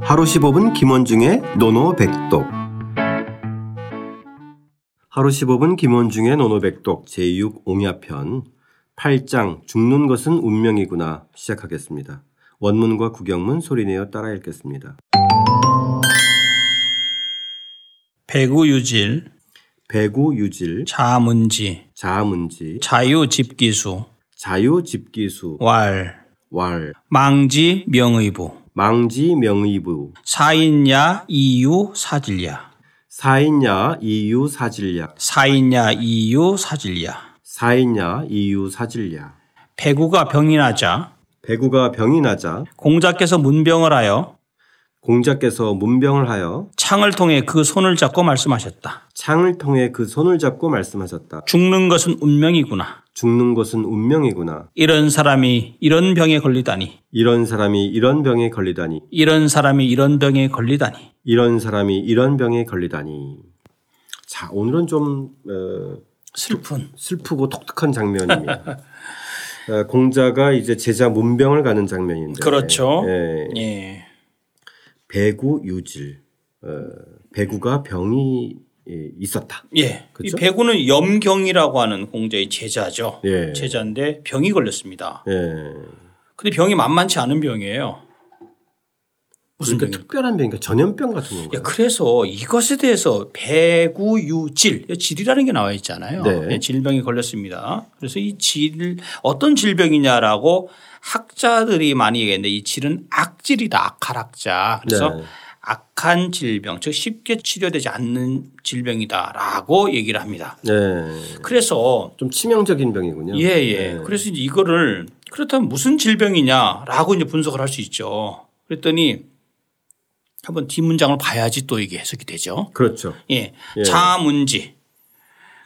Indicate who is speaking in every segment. Speaker 1: 하루 15분 김원중의 노노백독 하루 15분 김원중의 노노백독 제6옹야편 8장 죽는 것은 운명이구나 시작하겠습니다. 원문과 구경문 소리내어 따라 읽겠습니다.
Speaker 2: 배구유질,
Speaker 1: 배구유질,
Speaker 2: 자문지,
Speaker 1: 자문지,
Speaker 2: 자유집기수,
Speaker 1: 자유집기수,
Speaker 2: 왈,
Speaker 1: 왈,
Speaker 2: 망지 명의부,
Speaker 1: 망지명의부,
Speaker 2: 사인야 이유 사질야,
Speaker 1: 사인야 이유사질약,
Speaker 2: 사인야 이유 사질야.
Speaker 1: 사인야 이유사질약.
Speaker 2: 배구가 병이 나자
Speaker 1: 배구가 병이 나자
Speaker 2: 공자께서 문병을 하여
Speaker 1: 공자께서 문병을 하여
Speaker 2: 창을 통해 그 손을 잡고 말씀하셨다.
Speaker 1: 창을 통해 그 손을 잡고 말씀하셨다.
Speaker 2: 죽는 것은 운명이구나.
Speaker 1: 죽는 것은 운명이구나.
Speaker 2: 이런 사람이 이런 병에 걸리다니.
Speaker 1: 이런 사람이 이런 병에 걸리다니.
Speaker 2: 이런 사람이 이런 병에 걸리다니.
Speaker 1: 이런 사람이 이런 병에 걸리다니. 자, 오늘은 좀 어,
Speaker 2: 슬픈.
Speaker 1: 슬프고 독특한 장면입니다. 어, 공자가 이제 제자 문병을 가는 장면인데.
Speaker 2: 그렇죠.
Speaker 1: 예,
Speaker 2: 예.
Speaker 1: 배구 유질. 어, 배구가 병이 예, 있었다.
Speaker 2: 예.
Speaker 1: 그쵸?
Speaker 2: 이 배구는 염경이라고 하는 공자의 제자죠.
Speaker 1: 예.
Speaker 2: 제자인데 병이 걸렸습니다.
Speaker 1: 예.
Speaker 2: 근데 병이 만만치 않은 병이에요. 무슨
Speaker 1: 그러니까 특별한 병인가? 전염병 같은 건가요?
Speaker 2: 예, 그래서 이것에 대해서 배구유질, 예, 질이라는 게 나와 있잖아요.
Speaker 1: 네.
Speaker 2: 예, 질병이 걸렸습니다. 그래서 이 질, 어떤 질병이냐라고 학자들이 많이 얘기했는데 이 질은 악질이다. 악할학자. 그래서
Speaker 1: 네.
Speaker 2: 악한 질병, 즉 쉽게 치료되지 않는 질병이다라고 얘기를 합니다.
Speaker 1: 예.
Speaker 2: 그래서
Speaker 1: 좀 치명적인 병이군요.
Speaker 2: 예, 예. 그래서 이제 이거를 그렇다면 무슨 질병이냐라고 이제 분석을 할 수 있죠. 그랬더니 한번 뒷문장을 봐야지 또 이게 해석이 되죠.
Speaker 1: 그렇죠.
Speaker 2: 예. 자문지.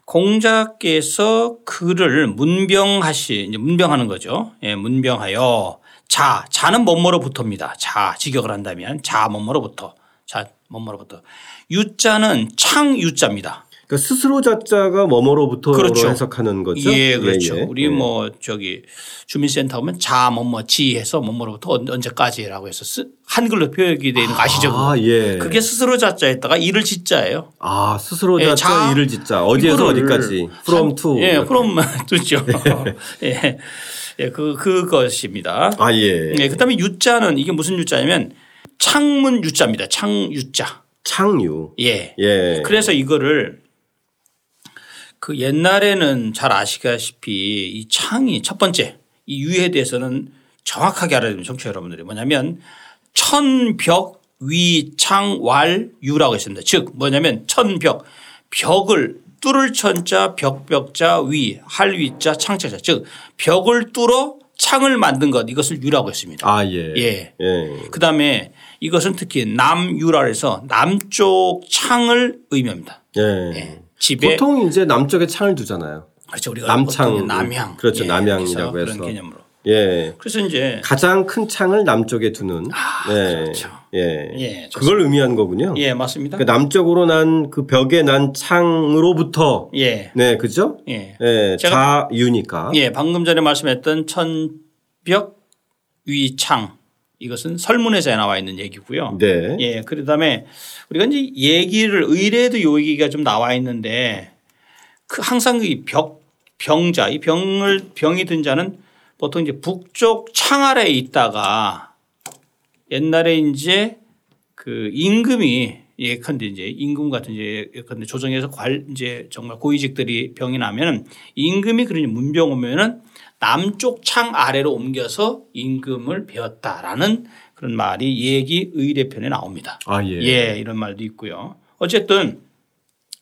Speaker 2: 공자께서 그를 문병하시, 이제 문병하는 거죠. 예, 문병하여 자, 자는 뭐뭐로부터입니다. 자, 직역을 한다면 자, 뭐뭐로부터. 자, 뭐뭐로부터. 유 자는 창 유 자입니다.
Speaker 1: 그러니까 스스로 자자가 뭐뭐로부터
Speaker 2: 그렇죠.
Speaker 1: 해석하는 거죠.
Speaker 2: 예, 그렇죠.
Speaker 1: 예, 예.
Speaker 2: 우리
Speaker 1: 예.
Speaker 2: 뭐 저기 주민센터 가면 자, 뭐뭐, 지 해서 뭐뭐로부터 언- 언제까지라고 해서 쓰- 한글로 표현이 되는 거 아시죠? 그거?
Speaker 1: 아, 예.
Speaker 2: 그게 스스로 자자에다가 이를 짓자예요.
Speaker 1: 아, 스스로
Speaker 2: 예,
Speaker 1: 자자
Speaker 2: 자-
Speaker 1: 일을 짓자. 어디에서
Speaker 2: 이거를
Speaker 1: 어디까지. from to. 네.
Speaker 2: 예, from to죠. 예, 예, 그 그것입니다.
Speaker 1: 아, 예.
Speaker 2: 예, 그다음에 유자는 이게 무슨 유자냐면 창문 유자입니다. 창 유자.
Speaker 1: 창유.
Speaker 2: 예.
Speaker 1: 예.
Speaker 2: 그래서 이거를 그 옛날에는 잘 아시다시피 이 창이 첫 번째 이 유에 대해서는 정확하게 알아야 됩니다. 청취자 여러분들이 뭐냐면 천벽 위창왈 유라고 했습니다. 즉 뭐냐면 천벽 벽을 뚫을 천자 벽벽자 위 할위자 창자자 즉 벽을 뚫어 창을 만든 것 이것을 유라고 했습니다.
Speaker 1: 아, 예.
Speaker 2: 예.
Speaker 1: 예.
Speaker 2: 그다음에 이것은 특히 남유라 해서 남쪽 창을 의미합니다.
Speaker 1: 예.
Speaker 2: 예. 집에
Speaker 1: 보통 이제 남쪽에 창을 두잖아요.
Speaker 2: 그렇죠 우리가
Speaker 1: 남창.
Speaker 2: 보통 남향 예,
Speaker 1: 그렇죠. 남향이라고
Speaker 2: 그래서 그런
Speaker 1: 해서.
Speaker 2: 개념으로
Speaker 1: 예.
Speaker 2: 그래서 이제
Speaker 1: 가장 큰 창을 남쪽에 두는. 예.
Speaker 2: 그렇죠.
Speaker 1: 예.
Speaker 2: 예, 좋습니다.
Speaker 1: 그걸 의미한 거군요.
Speaker 2: 예 맞습니다
Speaker 1: 그러니까 남쪽으로 난 그 벽에 난 창으로부터.
Speaker 2: 예예
Speaker 1: 네, 그죠?
Speaker 2: 예.
Speaker 1: 예,
Speaker 2: 제가-
Speaker 1: 자유니까.
Speaker 2: 예, 방금 전에 말씀했던 천벽 위창 이것은 설문에서 나와 있는 얘기고요
Speaker 1: 네.
Speaker 2: 예 그다음에 우리가 이제 얘기를 의뢰에도 요 얘기가 좀 나와 있는데 그 항상 이 벽 병자 이 병을 병이 든 자는 보통 이제 북쪽 창 아래에 있다가 옛날에 이제 그 임금이 예컨대 이제 임금 같은 이제 예컨대 조정에서 관 이제 정말 고위직들이 병이 나면은 임금이 그러니 문병 오면은 남쪽 창 아래로 옮겨서 임금을 배웠다라는 그런 말이 얘기 의례편에 나옵니다.
Speaker 1: 아, 예.
Speaker 2: 예, 이런 말도 있고요. 어쨌든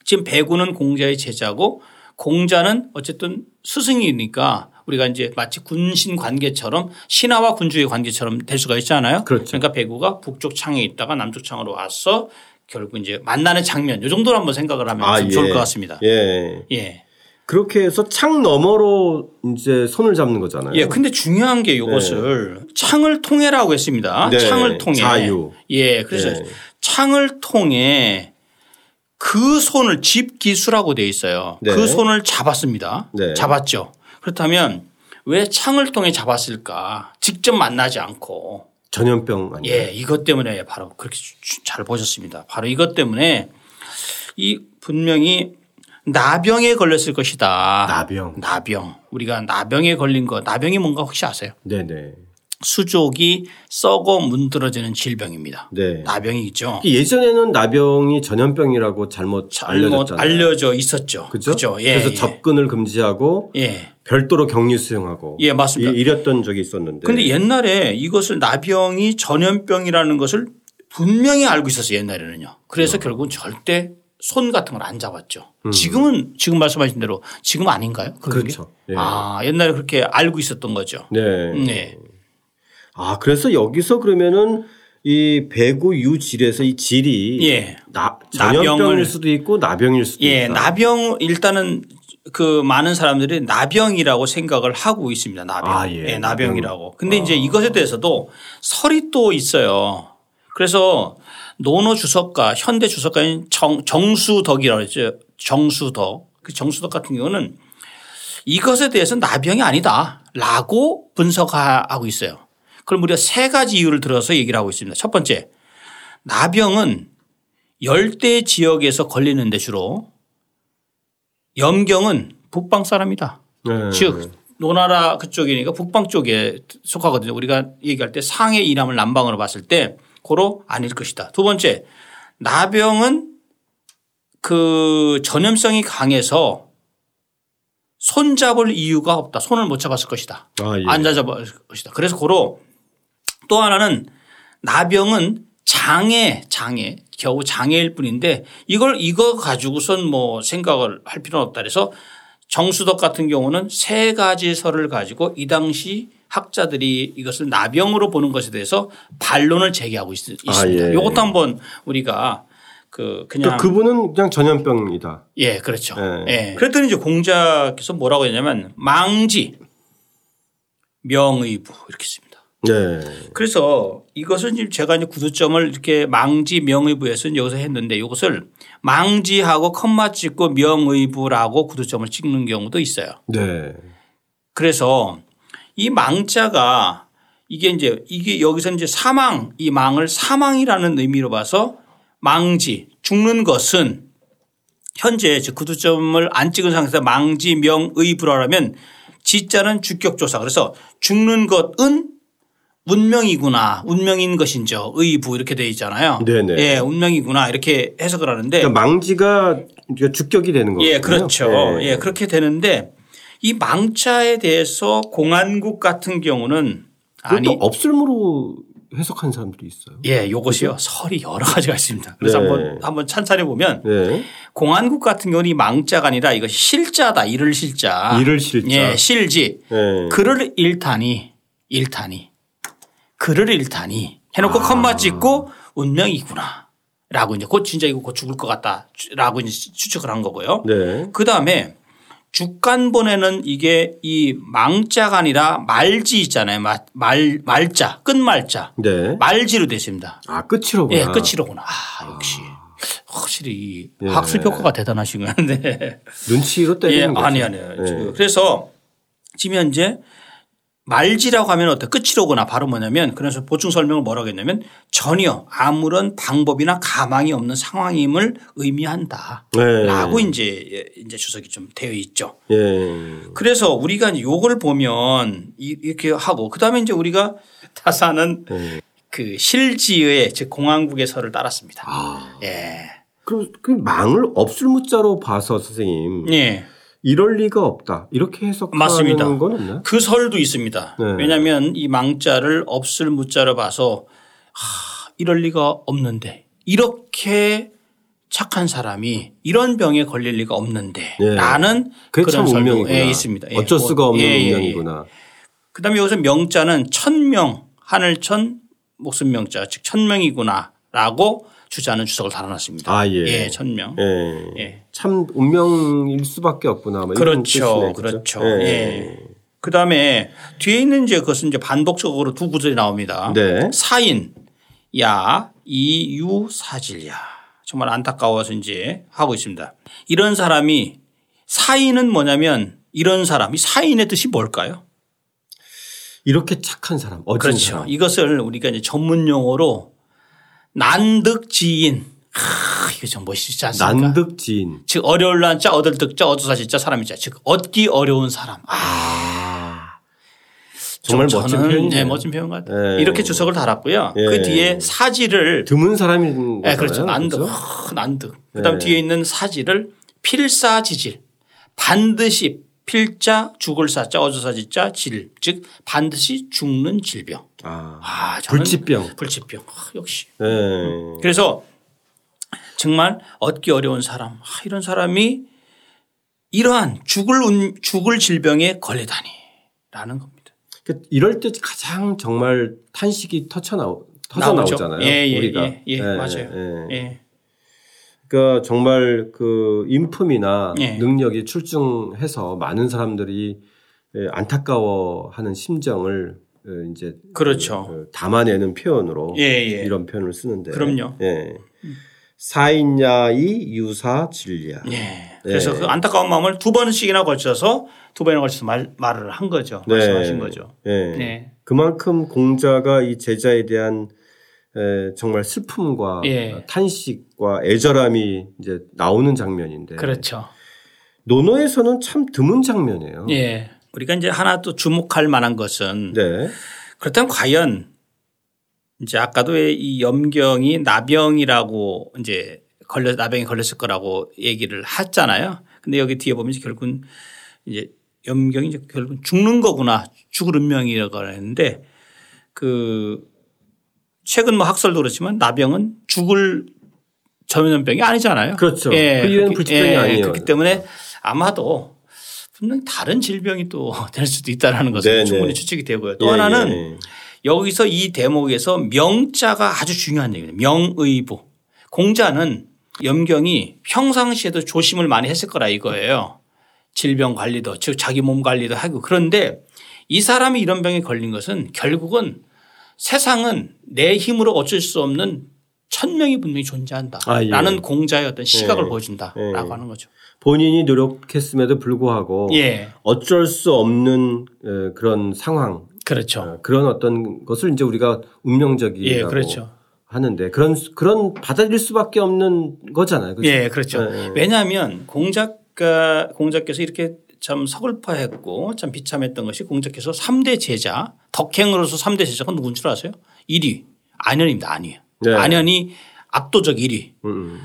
Speaker 2: 지금 배구는 공자의 제자고 공자는 어쨌든 스승이니까 우리가 이제 마치 군신 관계처럼 신하와 군주의 관계처럼 될 수가 있잖아요.
Speaker 1: 그렇죠.
Speaker 2: 러니까 배구가 북쪽 창에 있다가 남쪽 창으로 와서 결국 이제 만나는 장면 이 정도로 한번 생각을 하면
Speaker 1: 아,
Speaker 2: 좀
Speaker 1: 예.
Speaker 2: 좋을 것 같습니다.
Speaker 1: 예.
Speaker 2: 예.
Speaker 1: 그렇게 해서 창 너머로 이제 손을 잡는 거잖아요.
Speaker 2: 예, 근데 중요한 게 이것을 창을 통해라고 했습니다.
Speaker 1: 네,
Speaker 2: 창을 통해.
Speaker 1: 자유.
Speaker 2: 예, 그래서
Speaker 1: 네.
Speaker 2: 창을 통해 그 손을 집 기수라고 돼 있어요.
Speaker 1: 네.
Speaker 2: 그 손을 잡았습니다.
Speaker 1: 네.
Speaker 2: 잡았죠. 그렇다면 왜 창을 통해 잡았을까? 직접 만나지 않고
Speaker 1: 전염병 아니에요.
Speaker 2: 예, 이것 때문에 바로 그렇게 주- 주- 잘 보셨습니다. 바로 이것 때문에 이 분명히 나병에 걸렸을 것이다.
Speaker 1: 나병.
Speaker 2: 나병. 우리가 나병에 걸린 거, 나병이 뭔가 혹시 아세요?
Speaker 1: 네네.
Speaker 2: 수족이 썩어 문드러지는 질병입니다.
Speaker 1: 네.
Speaker 2: 나병이죠.
Speaker 1: 예전에는 나병이 전염병이라고 잘못
Speaker 2: 잘못
Speaker 1: 알려졌잖아요.
Speaker 2: 알려져 있었죠.
Speaker 1: 그죠?
Speaker 2: 뭐 그죠? 예,
Speaker 1: 그래서
Speaker 2: 예.
Speaker 1: 접근을 금지하고
Speaker 2: 예.
Speaker 1: 별도로 격리 수용하고
Speaker 2: 예, 맞습니다.
Speaker 1: 이- 네. 이랬던 적이 있었는데.
Speaker 2: 근데 옛날에 이것을 나병이 전염병이라는 것을 분명히 알고 있었어요 옛날에는요.
Speaker 1: 음.
Speaker 2: 그래서 결국은 절대 손 같은 걸 안 잡았죠. 지금은 지금 말씀하신 대로 지금 아닌가요? 그런 게?
Speaker 1: 그렇죠. 예.
Speaker 2: 아 옛날에 그렇게 알고 있었던 거죠.
Speaker 1: 네.
Speaker 2: 네.
Speaker 1: 아 그래서 여기서 그러면은 이 배구 유질에서 이 질이
Speaker 2: 예.
Speaker 1: 나,
Speaker 2: 나병을-
Speaker 1: 전염병일 수도 있고 나병일 수도
Speaker 2: 예,
Speaker 1: 있다.
Speaker 2: 나병 일단은 그 많은 사람들이 나병이라고 생각을 하고 있습니다. 나병.
Speaker 1: 아, 예.
Speaker 2: 나병이라고. 근데 이제 이것에 대해서도 설이 또 있어요. 그래서 노노 주석가, 현대 주석가인 정, 정수덕이라고 했죠. 정수덕. 그 정수덕 같은 경우는 이것에 대해서 나병이 아니다라고 분석하고 있어요. 그럼 우리가 세 가지 이유를 들어서 얘기를 하고 있습니다. 첫 번째, 나병은 열대 지역에서 걸리는데 주로 염경은 북방 사람이다.
Speaker 1: 네.
Speaker 2: 즉 노나라 그쪽이니까 북방 쪽에 속하거든요. 우리가 얘기할 때 상해 이남을 남방으로 봤을 때 고로 아닐 것이다. 두 번째 나병은 그 전염성이 강해서 손잡을 이유가 없다. 손을 못 잡았을 것이다.
Speaker 1: 아, 예.
Speaker 2: 앉아잡을 것이다. 그래서 고로 또 하나는 나병은 장애, 장애, 겨우 장애일 뿐인데 이걸 이거 가지고선 뭐 생각을 할 필요는 없다. 그래서 정수덕 같은 경우는 세 가지 설을 가지고 이 당시 학자들이 이것을 나병으로 보는 것에 대해서 반론을 제기하고 있, 습니다
Speaker 1: 예.
Speaker 2: 이것도 한번 우리가 그
Speaker 1: 그러니까
Speaker 2: 그냥
Speaker 1: 그분은 그냥 전염병이다.
Speaker 2: 예, 그렇죠.
Speaker 1: 예.
Speaker 2: 예. 그랬더니 이제 공자께서 뭐라고 했냐면 망지 명의부 이렇게 씁니다.
Speaker 1: 네.
Speaker 2: 그래서 이것은 지금 제가 이제 구두점을 이렇게 망지 명의부에서는 여기서 했는데 이것을 망지하고 컴마 찍고 명의부라고 구두점을 찍는 경우도 있어요.
Speaker 1: 네.
Speaker 2: 그래서 이 망자가 이게 이제 이게 여기서 이제 사망 이 망을 사망이라는 의미로 봐서 망지 죽는 것은 현재 즉 구두점을 안 찍은 상태에서 망지 명의 불화라면 지자는 주격조사 그래서 죽는 것은 운명이구나 운명인 것인죠 의부 이렇게 돼 있잖아요.
Speaker 1: 네네.
Speaker 2: 예, 운명이구나 이렇게 해석을 하는데
Speaker 1: 그러니까 망지가 이제 주격이 되는 거예요. 네.
Speaker 2: 예, 그렇죠. 예, 그렇게 되는데 이 망차에 대해서 공안국 같은 경우는
Speaker 1: 아니
Speaker 2: 아니
Speaker 1: 없을무로 해석한 사람들이 있어요.
Speaker 2: 예, 요것이요. 설이 여러 가지가 있습니다. 그래서
Speaker 1: 네.
Speaker 2: 한번 한번 찬찬히 보면
Speaker 1: 네.
Speaker 2: 공안국 같은 경우는 이 망자가 아니라 이거 실자다. 이를 실자.
Speaker 1: 이를 실자.
Speaker 2: 예, 실지.
Speaker 1: 네.
Speaker 2: 그를 일타니 일타니 그를 일타니
Speaker 1: 아.
Speaker 2: 해놓고 컴마 찍고 운명이구나. 라고 이제 곧 진짜 이거 곧 죽을 것 같다. 라고 이제 추측을 한 거고요.
Speaker 1: 네.
Speaker 2: 그 다음에 죽간본에는 이게 이 망자가 아니라 말지 있잖아요. 마- 말, 말자, 끝말자.
Speaker 1: 네.
Speaker 2: 말지로 되어 있습니다.
Speaker 1: 아 끝이로구나.
Speaker 2: 예, 끝이로구나. 아, 역시. 확실히 이
Speaker 1: 예.
Speaker 2: 학습 효과가 대단하신 건데.
Speaker 1: 눈치로
Speaker 2: 예,
Speaker 1: 때리는 거죠.
Speaker 2: 아니, 아니요. 그래서 지금 현재 말지라고 하면 어때? 끝이로구나. 바로 뭐냐면 그래서 보충 설명을 뭐라고 했냐면 전혀 아무런 방법이나 가망이 없는 상황임을 의미한다.
Speaker 1: 네.
Speaker 2: 라고 이제 예, 이제 주석이 좀 되어 있죠.
Speaker 1: 예.
Speaker 2: 그래서 우리가 이제 요걸 보면 이- 이렇게 하고 그다음에 이제 우리가 타사는
Speaker 1: 네.
Speaker 2: 그 실지의 즉 공항국의 설을 따랐습니다.
Speaker 1: 아.
Speaker 2: 예.
Speaker 1: 그럼 그 망을 없을무자로 봐서 선생님
Speaker 2: 예.
Speaker 1: 이럴 리가 없다 이렇게 해석하는
Speaker 2: 맞습니다.
Speaker 1: 건 없나?
Speaker 2: 그 설도 있습니다.
Speaker 1: 네.
Speaker 2: 왜냐하면 이 망자를 없을 무자로 봐서 하, 이럴 리가 없는데 이렇게 착한 사람이 이런 병에 걸릴 리가 없는데
Speaker 1: 예.
Speaker 2: 라는
Speaker 1: 그게 참
Speaker 2: 그런 설도
Speaker 1: 운명이구나.
Speaker 2: 예, 있습니다. 예.
Speaker 1: 어쩔 수가 없는
Speaker 2: 예, 예, 예.
Speaker 1: 운명이구나.
Speaker 2: 그다음에 여기서 명자는 천명 하늘천 목숨 명자 즉 천명이구나라고 주자는 주석을 달아놨습니다.
Speaker 1: 아, 예.
Speaker 2: 천명.
Speaker 1: 예.
Speaker 2: 예.
Speaker 1: 참 운명일 수밖에 없구나. 뭐 이런 뜻이네,
Speaker 2: 그렇죠, 그렇죠. 예. 그다음에 뒤에 있는 이제 그것은 이제 반복적으로 두 구절이 나옵니다.
Speaker 1: 네.
Speaker 2: 사인 야 이유사질야 정말 안타까워서 이제 하고 있습니다. 이런 사람이 사인은 뭐냐면 이런 사람이 사인의 뜻이 뭘까요?
Speaker 1: 이렇게 착한 사람, 어진
Speaker 2: 그렇죠.
Speaker 1: 사람.
Speaker 2: 이것을 우리가 이제 전문 용어로 난득지인. 아, 이거 좀 멋있지 않습니까?
Speaker 1: 난득 지인.
Speaker 2: 즉 어려울 난자 얻을 득자 얻어사 진짜 사람이 자. 즉 얻기 어려운 사람. 아,
Speaker 1: 정말
Speaker 2: 저-
Speaker 1: 멋진
Speaker 2: 저는,
Speaker 1: 표현이네요.
Speaker 2: 네, 멋진 표현 같아요.
Speaker 1: 예.
Speaker 2: 이렇게 주석을 달았고요.
Speaker 1: 예.
Speaker 2: 그 뒤에 사지를
Speaker 1: 드문 사람인
Speaker 2: 예,
Speaker 1: 거잖아요.
Speaker 2: 그렇죠. 난득.
Speaker 1: 그렇죠?
Speaker 2: 아, 난득. 그다음
Speaker 1: 예.
Speaker 2: 뒤에 있는 사지를 필사지질. 반드시 필자 죽을 사자 얻어사 진짜 질. 즉 반드시 죽는 질병.
Speaker 1: 아,
Speaker 2: 아, 저는 음.
Speaker 1: 불치병.
Speaker 2: 불치병. 아, 역시.
Speaker 1: 예.
Speaker 2: 그래서 정말 얻기 어려운 사람 아, 이런 사람이 이러한 죽을 운- 죽을 질병에 걸리다니라는 겁니다.
Speaker 1: 그 이럴 때 가장 정말 탄식이 터쳐 나오 터져
Speaker 2: 나오죠.
Speaker 1: 나오잖아요.
Speaker 2: 예, 예,
Speaker 1: 우리가.
Speaker 2: 예, 예, 맞아요.
Speaker 1: 예.
Speaker 2: 예,
Speaker 1: 그러니까 정말 그 인품이나
Speaker 2: 예.
Speaker 1: 능력이 출중해서 많은 사람들이 예, 안타까워하는 심정을 예, 이제
Speaker 2: 그렇죠.
Speaker 1: 그 담아내는 표현으로
Speaker 2: 예, 예.
Speaker 1: 이런 표현을 쓰는데
Speaker 2: 그럼요.
Speaker 1: 예. 사인야이 유사 진리야.
Speaker 2: 예. 그래서 그 안타까운 마음을 두 번씩이나 걸쳐서 두 번이나 걸쳐서 말, 말을 한 거죠. 말씀하신 거죠.
Speaker 1: 예.
Speaker 2: 네.
Speaker 1: 그만큼 공자가 이 제자에 대한 에, 정말 슬픔과
Speaker 2: 예.
Speaker 1: 탄식과 애절함이 이제 나오는 장면인데
Speaker 2: 그렇죠.
Speaker 1: 논어에서는 참 드문 장면이에요.
Speaker 2: 예. 우리가 이제 하나 또 주목할 만한 것은
Speaker 1: 네.
Speaker 2: 그렇다면 과연 이제 아까도 이 염경이 나병이라고 이제 걸려 나병이 걸렸을 거라고 얘기를 했잖아요. 근데 여기 뒤에 보면 이제 결국은 이제 염경이 이제 결국은 죽는 거구나 죽을 운명이라고 했는데 그 최근 뭐 학설도 그렇지만 나병은 죽을 전염병이 아니잖아요. 예,
Speaker 1: 그렇죠. 그 이유는
Speaker 2: 그렇기-
Speaker 1: 불치병이 아니에요.
Speaker 2: 그렇기 때문에 아마도 분명히 다른 질병이 또 될 수도 있다라는 것은
Speaker 1: 네, 네.
Speaker 2: 충분히 추측이 되고요. 또
Speaker 1: 예,
Speaker 2: 하나는
Speaker 1: 예.
Speaker 2: 여기서 이 대목에서 명자가 아주 중요한 얘기입니다. 명의부. 공자는 염경이 평상시에도 조심을 많이 했을 거라 이거예요. 질병 관리도 즉 자기 몸 관리도 하고 그런데 이 사람이 이런 병에 걸린 것은 결국은 세상은 내 힘으로 어쩔 수 없는 천명이
Speaker 1: 아,
Speaker 2: 분명히
Speaker 1: 예.
Speaker 2: 존재한다라는 공자의 어떤 시각을
Speaker 1: 예.
Speaker 2: 보여준다라고
Speaker 1: 예.
Speaker 2: 하는 거죠.
Speaker 1: 본인이 노력했음에도 불구하고
Speaker 2: 예,
Speaker 1: 어쩔 수 없는 에, 그런 상황
Speaker 2: 그렇죠.
Speaker 1: 어, 그런 어떤 것을 이제 우리가 운명적이라고
Speaker 2: 예, 그렇죠.
Speaker 1: 하는데 그런 그런 받아들일 수밖에 없는 거잖아요. 그렇죠?
Speaker 2: 예, 그렇죠.
Speaker 1: 예, 예.
Speaker 2: 왜냐하면 공작가 공작께서 이렇게 참 서글퍼했고 참 비참했던 것이 공작께서 3대 제자 덕행으로서 3대 제자가 누군 줄 아세요? 1위 안현입니다. 안현.
Speaker 1: 네.
Speaker 2: 안현이 압도적 1위.
Speaker 1: 음,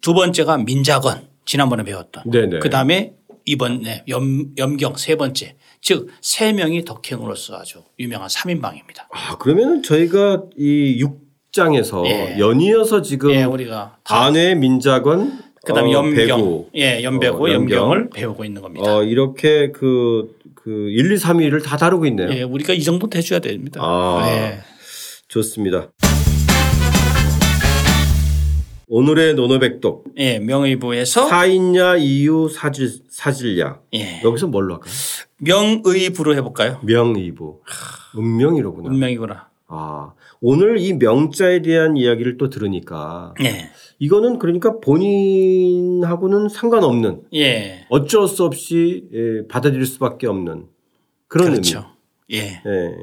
Speaker 2: 두 번째가 민자건 지난번에 배웠던.
Speaker 1: 네네.
Speaker 2: 그 다음에 이번에 염, 염경 세 번째. 즉 세 명이 덕행으로서 아주 유명한 3인방입니다.
Speaker 1: 아, 그러면은 저희가 이 6장에서
Speaker 2: 예.
Speaker 1: 연이어서 지금
Speaker 2: 예, 우리가 다
Speaker 1: 안회 민자건
Speaker 2: 그다음에
Speaker 1: 어,
Speaker 2: 염경,
Speaker 1: 배구,
Speaker 2: 예, 염배고
Speaker 1: 어, 염경.
Speaker 2: 염경을 배우고 있는 겁니다.
Speaker 1: 어, 이렇게 그, 그 1, 2, 3위를 다 다루고 있네요.
Speaker 2: 예, 우리가 이 정도 해줘야 됩니다.
Speaker 1: 아.
Speaker 2: 예.
Speaker 1: 좋습니다. 오늘의 노노백독
Speaker 2: 예, 명의부에서
Speaker 1: 사인야 이유 사질 사질야
Speaker 2: 예,
Speaker 1: 여기서 뭘로 할까요?
Speaker 2: 명의부로 해볼까요?
Speaker 1: 명의부 운명이로구나.
Speaker 2: 운명이구나.
Speaker 1: 아 오늘 이 명자에 대한 이야기를 또 들으니까
Speaker 2: 예,
Speaker 1: 이거는 그러니까 본인하고는 상관없는
Speaker 2: 예,
Speaker 1: 어쩔 수 없이 예, 받아들일 수밖에 없는 그런
Speaker 2: 그렇죠. 예,
Speaker 1: 의미. 예.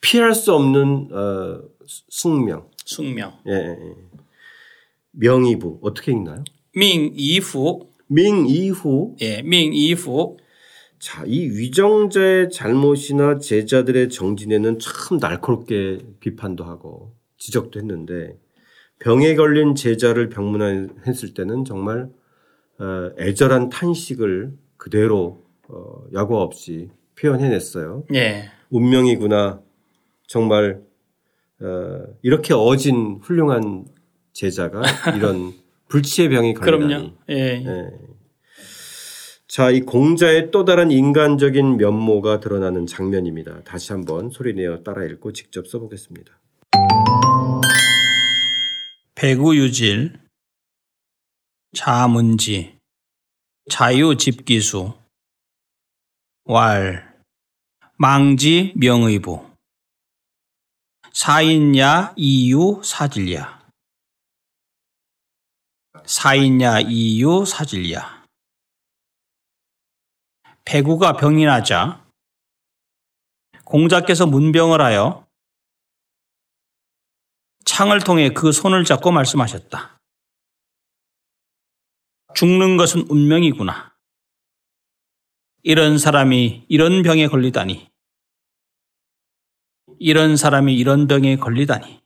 Speaker 1: 피할 수 없는 어, 수- 숙명.
Speaker 2: 숙명,
Speaker 1: 예, 예, 예. 명의부 어떻게 읽나요?
Speaker 2: 명의후,
Speaker 1: 명의후
Speaker 2: 예, 명의후,
Speaker 1: 자, 이 위정자의 잘못이나 제자들의 정진에는 참 날카롭게 비판도 하고 지적도 했는데 병에 걸린 제자를 병문안했을 때는 정말 어, 애절한 탄식을 그대로 어, 약오 없이 표현해냈어요.
Speaker 2: 예,
Speaker 1: 운명이구나. 정말 어, 이렇게 어진 훌륭한 제자가 이런 불치의 병이 걸리다니.
Speaker 2: 그럼요. 예,
Speaker 1: 예. 자, 이 공자의 또 다른 인간적인 면모가 드러나는 장면입니다. 다시 한번 소리내어 따라 읽고 직접 써보겠습니다.
Speaker 2: 배구유질, 자문지, 자유집기수, 왈, 망지 명의부, 사인야 이유 사질야, 사인야 이유 사질야, 배구가 병이 나자 공자께서 문병을 하여 창을 통해 그 손을 잡고 말씀하셨다. 죽는 것은 운명이구나. 이런 사람이 이런 병에 걸리다니. 이런 사람이 이런 병에 걸리다니.